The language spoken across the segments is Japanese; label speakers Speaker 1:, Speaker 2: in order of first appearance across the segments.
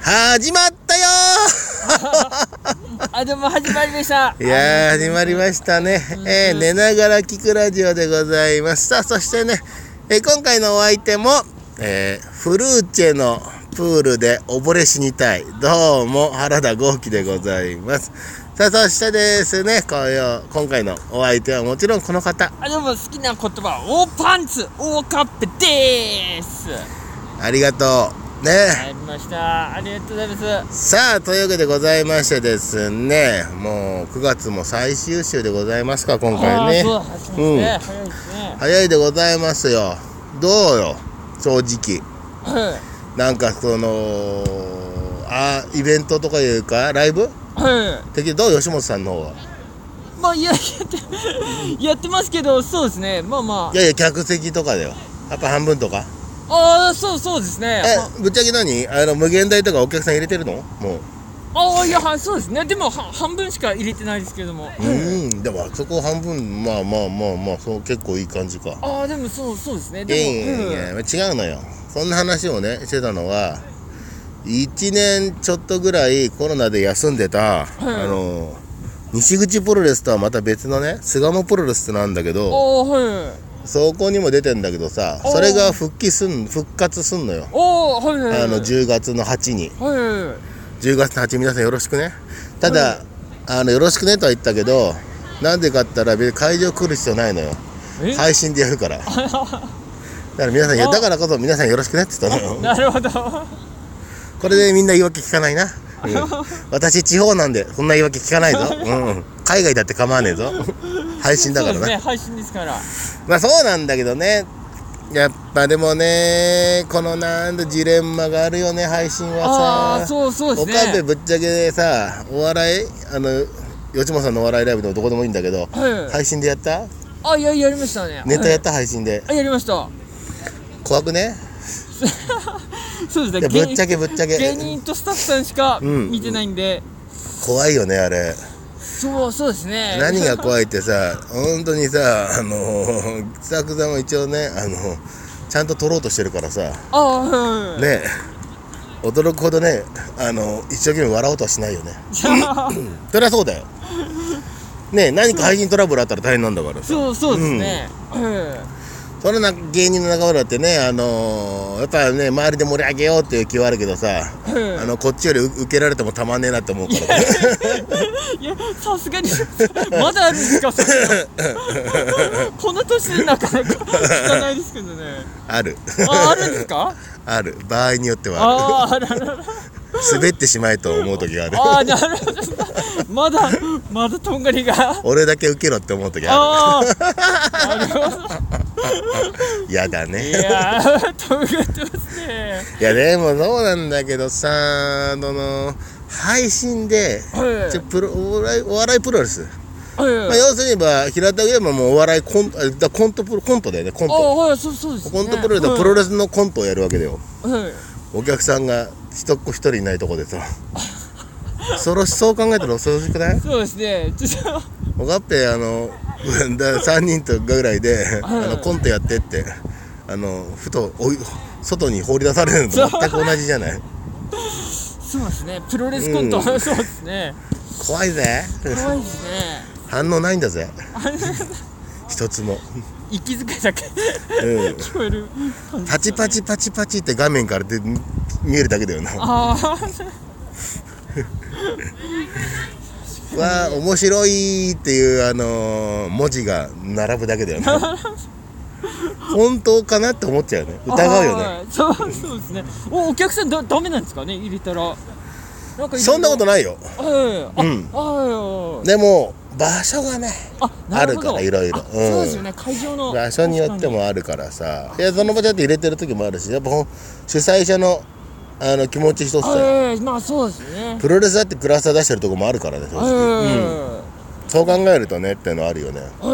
Speaker 1: 始まったよ
Speaker 2: あ、でも始まりました。
Speaker 1: ー いやー、始まりましたね。えー寝ながら聞くラジオでございます。さあ、そしてね、えー今回のお相手も、えーフルーチェのプールで溺れ死にたい。どうも、原田豪輝でございます。さあ、そしてですね、こういう今回のお相手はもちろんこの方。
Speaker 2: あ、でも好きな言葉、オーパンツ、オーカップでーす。
Speaker 1: ありがとう。ね。
Speaker 2: 入りました。ありがとうございます。
Speaker 1: さあというわけでございましてですねもう9月も最終週でございますか今
Speaker 2: あ
Speaker 1: 回
Speaker 2: ー、
Speaker 1: ね
Speaker 2: そう、走りますね。早いですね。
Speaker 1: 早いでございますよどうよ正直なんかそのあイベントとかいうかライブ
Speaker 2: はい。はい。
Speaker 1: 的にどう吉本さんの方は
Speaker 2: まあ、いや、やって、 やってますけど、そうですね。まあま
Speaker 1: いやいや客席とかだよやっぱ半分とか
Speaker 2: あ。あー、そうそうですね。
Speaker 1: えぶっちゃけ何あの無限大とかお客さん入れてるのもう
Speaker 2: ああ、いや、はそうですね。でも、は半分しか入れてないですけども。
Speaker 1: うんでもあそこ半分まあまあまあまあそう結構いい感じか
Speaker 2: ああ、でも、そう、そうですね。
Speaker 1: い
Speaker 2: で
Speaker 1: や
Speaker 2: も、
Speaker 1: いやいや
Speaker 2: うん
Speaker 1: 違うのよそんな話をねしてたのは1年ちょっとぐらいコロナで休んでた、あの西口プロレスとはまた別のね巣鴨プロレスってなんだけ
Speaker 2: あ
Speaker 1: ど
Speaker 2: あ、はい。
Speaker 1: そこにも出てんだけどさ
Speaker 2: おー
Speaker 1: それが復帰すん復活すんのよ
Speaker 2: おお、はい、はい。
Speaker 1: あの10月の8に
Speaker 2: はい。
Speaker 1: 10月の8皆さんよろしくねただ、あのよろしくねとは言ったけどなんでかって言ったら別に会場来る必要ないのよ
Speaker 2: え
Speaker 1: 配信でやるからだから皆さん いやだからこそ皆さんよろしくねって言ったのよ
Speaker 2: なるほど。
Speaker 1: これでみんな言い訳聞かない な、うん私地方なんでそんな言い訳聞かないぞ、うん、海外だって構わねえぞ配信だから
Speaker 2: そうですね、
Speaker 1: な
Speaker 2: 配信ですから。は
Speaker 1: まあそうなんだけどねやっぱでもねこのなんだジレンマがあるよね配信
Speaker 2: あ
Speaker 1: は
Speaker 2: あ、
Speaker 1: さ
Speaker 2: そうそうですね。
Speaker 1: 岡部ぶっちゃけでさお笑いあの吉本さんのお笑いライブでもどこでもいいんだけど
Speaker 2: はい。
Speaker 1: 配信でやった
Speaker 2: あ、いや、やりましたね。
Speaker 1: ネタやっ
Speaker 2: った
Speaker 1: 配信で
Speaker 2: た。あ、やりました。
Speaker 1: 怖くね
Speaker 2: そうで
Speaker 1: いや
Speaker 2: す
Speaker 1: ぶ
Speaker 2: ね。
Speaker 1: っちゃけぶっちゃ
Speaker 2: 芸
Speaker 1: け
Speaker 2: 人とスタッフさんしか
Speaker 1: うん
Speaker 2: 見てないんで。
Speaker 1: 怖いよねあれ
Speaker 2: そう、そうですね。
Speaker 1: 何が怖いってさ本当にさあのスタッフさんも一応ねあのちゃんと撮ろうとしてるからさ
Speaker 2: あ あ、はい。
Speaker 1: ね驚くほどねあの一生懸命笑おうとはしないよねそりゃそう だよね何か配信トラブルあったら大変なんだからさ
Speaker 2: そう、そうですね。は
Speaker 1: そのな芸人の仲間だってねあのやっぱね周りで盛り上げようっていう気はあるけどさ
Speaker 2: い。は
Speaker 1: あのこっちより受けられてもたまんねえなって思うからね
Speaker 2: い。いや、さすがに。 まだあるんですか、それ。 この年でなかなか聞かないですけどね。
Speaker 1: ある
Speaker 2: あ、あるんですか。
Speaker 1: ある場合によってはある
Speaker 2: ああ、あららら。
Speaker 1: 滑ってしまえと思う時がある
Speaker 2: ああ、なるほど。まだ、まだとんがりが。
Speaker 1: 俺だけ受けろって思う時あ
Speaker 2: ああ、
Speaker 1: るやだ
Speaker 2: い
Speaker 1: ね
Speaker 2: やー、とんがってますね。
Speaker 1: いやでもそうなんだけどさあの配信で
Speaker 2: はい
Speaker 1: ちょプロお笑いお笑いプロレス、ま
Speaker 2: は
Speaker 1: あ、
Speaker 2: い。
Speaker 1: 要するに言えば平田山もお笑いコンあだコントプロコントだよねコン
Speaker 2: あ
Speaker 1: ト
Speaker 2: はい、そう、そうです、ね。
Speaker 1: コントプロレスはプロレスのコントをやるわけだよ
Speaker 2: ス。はい。
Speaker 1: お客さんが一っ子一人いないとこでさ恐ろし そう考えたら恐ろしくない
Speaker 2: そうですね。ちょっと。
Speaker 1: 分かってあの だ3人とかぐらいであ
Speaker 2: はい
Speaker 1: のコントやってってあのふとおい外に放り出されるのと全く同じじゃない
Speaker 2: そうですね。プロレスコント、
Speaker 1: う
Speaker 2: そうですね。
Speaker 1: 怖いぜ
Speaker 2: 怖いですね。
Speaker 1: 反応ないんだぜ
Speaker 2: あれ、
Speaker 1: 一つも、
Speaker 2: 息遣いだけ。
Speaker 1: うん、
Speaker 2: 聞こえる感じ。
Speaker 1: パチパチパチパチって画面からで見えるだけだよなわ
Speaker 2: あ
Speaker 1: あ面白いっていうあのー文字が並ぶだけだよ な本当かなって思っちゃうよね
Speaker 2: あ。
Speaker 1: 疑うよね
Speaker 2: ね。そう、そうですね。お、お客さん、だ、ダメなんですかね、入れたら。なんか
Speaker 1: そんなこと
Speaker 2: ない。
Speaker 1: ないよ
Speaker 2: はい。
Speaker 1: うん
Speaker 2: あ、はい。
Speaker 1: でも場所がね
Speaker 2: あ、なるほど
Speaker 1: あるからいろいろ
Speaker 2: あ
Speaker 1: うん
Speaker 2: そうですよね、会場の。
Speaker 1: 場所によってもあるからさいやその場所だって入れてる時もあるしやっぱほん主催者のあの気持ち一つ
Speaker 2: 確かに。
Speaker 1: だよ
Speaker 2: ええまあ、そうですね。
Speaker 1: プロレスだってクラスター出してるとこもあるからね正
Speaker 2: ええ
Speaker 1: 直そう考えるとねってのあるよね
Speaker 2: ええ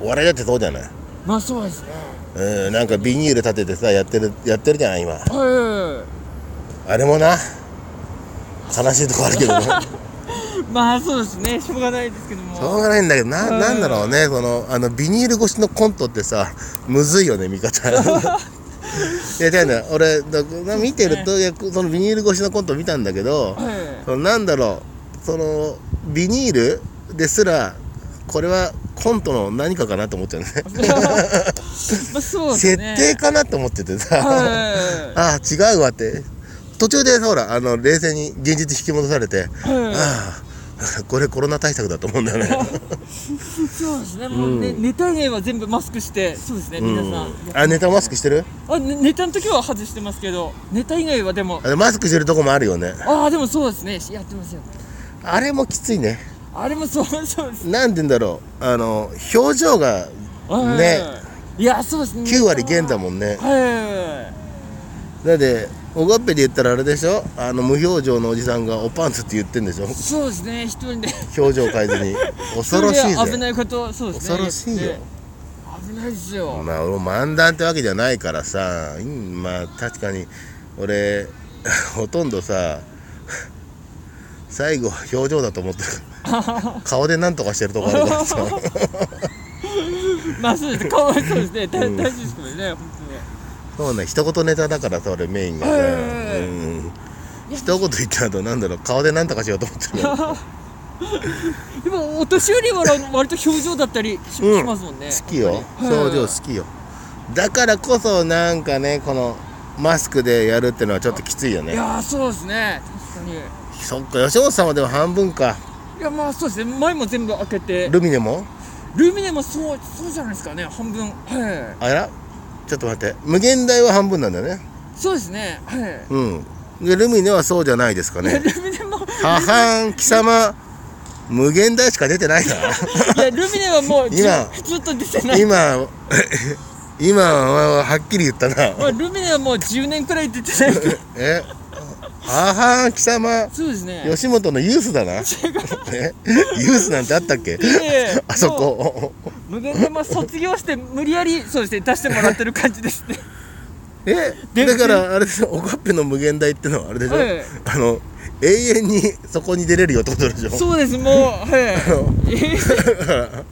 Speaker 1: お笑いだってそうじゃない
Speaker 2: まあ、そうですね。
Speaker 1: うんなんかビニール立ててさやってるやってるじゃない今
Speaker 2: ええ
Speaker 1: あれもな悲しいとこあるけどね
Speaker 2: まあ、そうですね、しょうがないですけども。
Speaker 1: しょうがないんだけどな
Speaker 2: うん
Speaker 1: なんだろう ねそのあのビニール越しのコントってさむずいよね見方あいや違うんだよ俺だな見てると、いやそのビニール越しのコント見たんだけど、
Speaker 2: え
Speaker 1: そのなんだろうそのビニールですらこれはコントの何かかなと思っちゃうね
Speaker 2: えまあそうです
Speaker 1: 設
Speaker 2: ね
Speaker 1: 定かなと思っててさ、
Speaker 2: は
Speaker 1: ああ違うわって途中でほらあの冷静に現実引き戻されて、
Speaker 2: いは
Speaker 1: ああこれコロナ対策だと思うんだよね
Speaker 2: いそうですねもうね
Speaker 1: う
Speaker 2: ネタ以外は全部マスクして そうですね皆さん
Speaker 1: うんあネタマスクしてる
Speaker 2: あねネタの時は外してますけどネタ以外はでも
Speaker 1: あれマスクしてるとこもあるよね
Speaker 2: ああでもそうですねやってますよ
Speaker 1: あれもきついね
Speaker 2: あれもそうそうです
Speaker 1: なんて言うんだろうあの表情が
Speaker 2: はい
Speaker 1: ね
Speaker 2: いやそうですね
Speaker 1: 9割減だもんね
Speaker 2: は
Speaker 1: だっておがっぺで言ったらあれでしょあの無表情のおじさんがおパンツって言ってんでしょ
Speaker 2: いそうですね一人で
Speaker 1: 表情変えずに 恐ろし
Speaker 2: 一
Speaker 1: い
Speaker 2: 人で危
Speaker 1: ぜ
Speaker 2: ないことそうですね
Speaker 1: 恐ろしいよ
Speaker 2: やって危ないですよ
Speaker 1: まあ俺も漫談ってわけじゃないからさうんまあ確かに俺 ほとんどさ最後は表情だと思 ってる顔でなんとかしてるとこあるからさ
Speaker 2: まあそうですねかわいそうですね大大事ですけどね本
Speaker 1: そうね一言ネタだからさ俺メインが
Speaker 2: はいはい
Speaker 1: ね、
Speaker 2: はい
Speaker 1: うん、一言言った後なんだろう顔でなんとかしようと思ってる
Speaker 2: 当にでもお年寄りは割割と表情だったりし,、
Speaker 1: うん
Speaker 2: ますもんね
Speaker 1: 好きよ
Speaker 2: やっぱり
Speaker 1: 表情好きよだからこそなんかねこのマスクでやるってのはちょっときついよ
Speaker 2: い
Speaker 1: ね
Speaker 2: やーそうですね確かに
Speaker 1: そっか吉本さんはでも半分か
Speaker 2: いやまあそうですね前も全部開けて
Speaker 1: ルミネも
Speaker 2: ルミネもそうそうじゃないですかね半分は
Speaker 1: あらちょっと待って無限大は半分なんだよね
Speaker 2: いそうですねは
Speaker 1: うんでルミネはそうじゃないですか
Speaker 2: いいや
Speaker 1: ね
Speaker 2: ルミネも
Speaker 1: ははん貴様無限大しか出てない
Speaker 2: いやルミネはもうず
Speaker 1: 今
Speaker 2: ずっと出てな
Speaker 1: ない今 今ははっきり言った
Speaker 2: ま
Speaker 1: な
Speaker 2: あルミネはもう10年くらい出てないけど
Speaker 1: えははん貴様
Speaker 2: そうですね
Speaker 1: 吉本のユースだな
Speaker 2: 違う
Speaker 1: えユースなんてあったっけ
Speaker 2: ええ
Speaker 1: あそこ
Speaker 2: 無限玉卒業して無理やりそうですね出してもらってる感じですね
Speaker 1: え
Speaker 2: で
Speaker 1: だからあれでしょおかっぺの無限大ってのはあれでしょ、
Speaker 2: ええ
Speaker 1: あの永遠にそこに出れるよってことでしょ
Speaker 2: そうですもう はいえー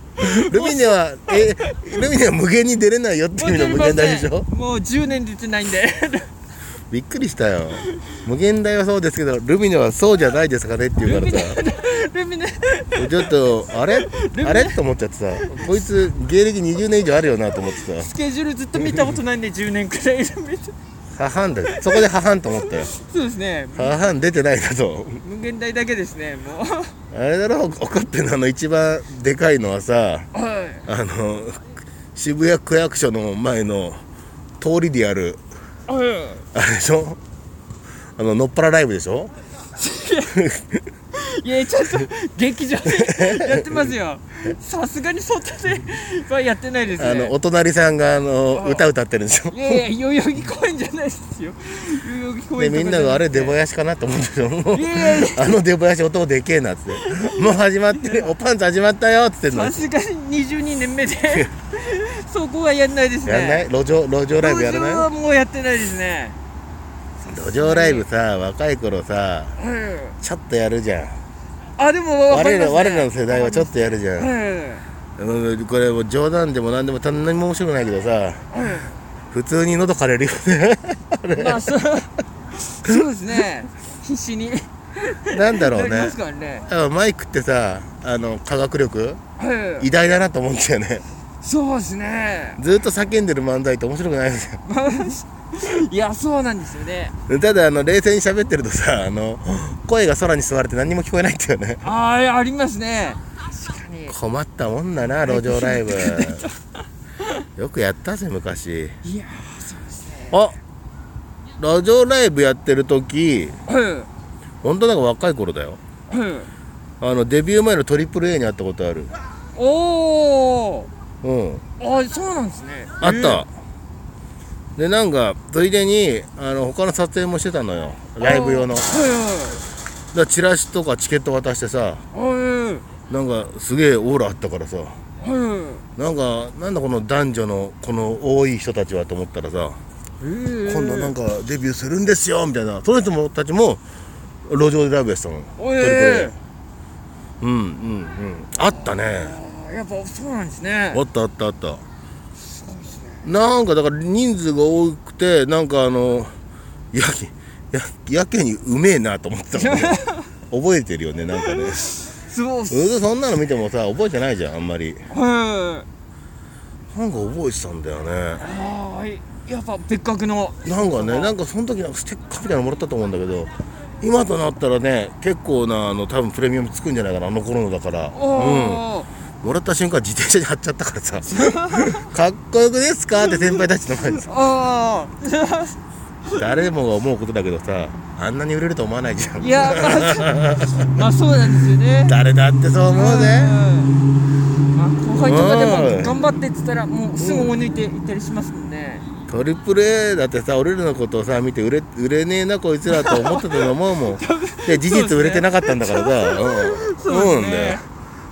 Speaker 1: ルミネはえルミネは無限に出れないよって
Speaker 2: も
Speaker 1: いう
Speaker 2: う
Speaker 1: 意味の無限大 でしょ
Speaker 2: もう10年出てないんで
Speaker 1: びっくりしたよ無限大はそうですけどルミネはそうじゃないですかねって言うからさ
Speaker 2: ルミネ
Speaker 1: ちょっとあれ
Speaker 2: ネ
Speaker 1: あれと思っちゃってさこいつ芸歴20年以上あるよなと思ってさ
Speaker 2: スケジュールずっと見たことないんで10年くらいルミネ
Speaker 1: 母んだそこで母んと思ったよ
Speaker 2: そうですね
Speaker 1: 母ん出てないなと
Speaker 2: 無限大だけですねもう
Speaker 1: あれだろ怒ってんのあの一番でかいのはさ
Speaker 2: はい
Speaker 1: あの渋谷区役所の前の通りである
Speaker 2: は
Speaker 1: あれでしょあののっぱらライブでしょ
Speaker 2: いいやちょっと劇場でやってますよさすがに外ではやってないですね
Speaker 1: あのお隣さんがあの
Speaker 2: あ
Speaker 1: 歌歌ってるんですよ
Speaker 2: いやいや、代々木公園じゃないですよ。代々木公
Speaker 1: で
Speaker 2: 園とかじゃくて。
Speaker 1: みんながあれ出囃子かなと思ってるでしょ
Speaker 2: いやいや、
Speaker 1: あの出囃子音でけえなっつってもう始まってるおパンツ始まったよっつってんの
Speaker 2: さ
Speaker 1: や
Speaker 2: すがに22 年目で、そこはやんないですね。
Speaker 1: んない路上路上ライブやら
Speaker 2: 路上
Speaker 1: な
Speaker 2: はもうやってないですね。
Speaker 1: い路上ライブさ若い頃さ
Speaker 2: はい
Speaker 1: ちょっとやるじゃん
Speaker 2: あ、でもわか
Speaker 1: 我
Speaker 2: りま
Speaker 1: ら
Speaker 2: す、ね。
Speaker 1: 我らの世代はちょっとやるじゃん
Speaker 2: は
Speaker 1: うんこれもう冗談でも何でも何にも面白くないけどさ
Speaker 2: いは
Speaker 1: 普通に喉枯れるよ ね
Speaker 2: いまあ、そうそうですね。必死にな
Speaker 1: なんだろう
Speaker 2: りま
Speaker 1: ね
Speaker 2: すからね。
Speaker 1: あマイクってさあの科学力
Speaker 2: はい
Speaker 1: 偉大だなと思うんだよね
Speaker 2: そうですね。
Speaker 1: ずっと叫んでる漫才って面白くないですよ
Speaker 2: まあいや、そうなんですよね。
Speaker 1: ただあの冷静に喋ってるとさあの声が空に吸われて何にも聞こえないんだよね
Speaker 2: ああ、ありますね。確かに。
Speaker 1: 困ったもんだな路上ライブよくやったぜ昔
Speaker 2: いやー、そうですね。
Speaker 1: あ路上ライブやってる時
Speaker 2: はい
Speaker 1: 本当なんか若い頃だよ
Speaker 2: はい
Speaker 1: あのデビュー前の AAA に会ったことある
Speaker 2: おお
Speaker 1: うん
Speaker 2: あそうなんですね
Speaker 1: あった、でなんかついでにあの他の撮影もしてたのよライブ用のだか
Speaker 2: はい
Speaker 1: らチラシとかチケット渡してさ
Speaker 2: はい
Speaker 1: なんかすげえオーラあったからさ
Speaker 2: はいはい
Speaker 1: なんかなんだこの男女のこの多い人たちはと思ったらさ今度なん
Speaker 2: か
Speaker 1: かデビューするんですよみたいなその人もたちも路上でライブやってたの
Speaker 2: お
Speaker 1: トリプル A
Speaker 2: え
Speaker 1: うんうんうんあったね
Speaker 2: ー、やっぱそうなんですね
Speaker 1: あったあったあった
Speaker 2: そうですね
Speaker 1: なんかだから人数が多くてなんかあのやけややけにうめえなと思ってた もんね覚えてるよねなんかね
Speaker 2: そうっす
Speaker 1: うんそんなの見てもさ覚えてないじゃんあんまり
Speaker 2: はい
Speaker 1: なんか覚えてたんだよね
Speaker 2: あーいやっぱ別格の
Speaker 1: なんかねなんかその時なんかステッカーみたいなのもらったと思うんだけど今となったらね結構なあの多分プレミアムつくんじゃないかなあの頃のだから
Speaker 2: お
Speaker 1: う
Speaker 2: お、
Speaker 1: んもらった瞬間自転車に貼っちゃったからさ 「かっこよくですか?」って先輩たちの前にさ
Speaker 2: ああ
Speaker 1: 誰もが思うことだけどさあんなに売れると思わないじゃん
Speaker 2: いやま あそうまあそうなんですよね
Speaker 1: 誰だってそう思うね
Speaker 2: んまあ、後輩とかで
Speaker 1: うん
Speaker 2: も頑張ってっつったらもうすぐ追い抜いていったりしますもんね、
Speaker 1: トリプル A だってさ俺らのことをさ見て売れ売れねえなこいつらと思ってたと思うも んで事実売れてなかったんだからさうん
Speaker 2: そう
Speaker 1: う
Speaker 2: ですね
Speaker 1: んだよ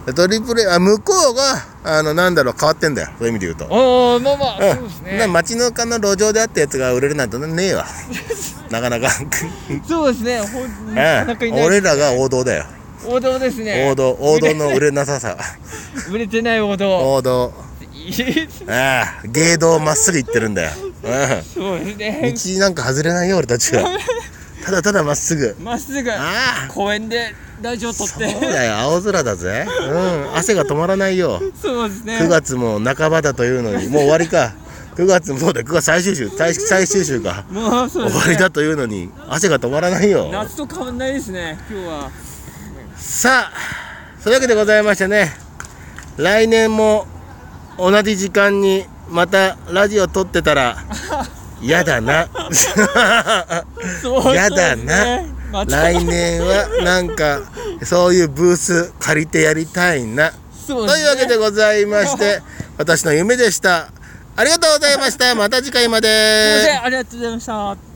Speaker 1: でトリプル A あ向こうがあのなんだろう変わってんだよそういう意味で言うと
Speaker 2: ああまあまあそうです
Speaker 1: ん、な
Speaker 2: ね、
Speaker 1: 街中の路上であったやつが売れるなんてね えわなかなか、
Speaker 2: そうですねほんとになかなか
Speaker 1: う
Speaker 2: い
Speaker 1: ん、
Speaker 2: ない
Speaker 1: 俺らが王道だよ
Speaker 2: 王道ですね
Speaker 1: 王道王道の売れなさ さ
Speaker 2: 売れてない王道
Speaker 1: 王道
Speaker 2: いいです
Speaker 1: ああ芸道まっすぐ行ってるんだよ、う
Speaker 2: そうです
Speaker 1: ん、
Speaker 2: ね
Speaker 1: 道なんか外れないよ俺たちはただただまっすぐ
Speaker 2: まっすぐ
Speaker 1: ああ
Speaker 2: 公園でラジオ撮っ
Speaker 1: そう
Speaker 2: て
Speaker 1: だよ青空だぜうん汗が止まらないよ
Speaker 2: そうですね
Speaker 1: 9月も半ばだというのにもう終わりか9月もそうだ9月最終週最最終週か
Speaker 2: もうそ
Speaker 1: 終
Speaker 2: うですね
Speaker 1: わりだというのに汗が止まらないよ
Speaker 2: 夏と変わんないですね今日は
Speaker 1: さあそういうわけでございましてね来年も同じ時間にまたラジオ撮ってたら嫌だな
Speaker 2: そう
Speaker 1: やだな、
Speaker 2: そうですねまた
Speaker 1: 来年はなんかそういうブース借りてやりたいな、
Speaker 2: そう
Speaker 1: と
Speaker 2: ですね
Speaker 1: いうわけでございまして 私の夢でしたありがとうございましたまた次回まで
Speaker 2: ごめんなさいありがとうございました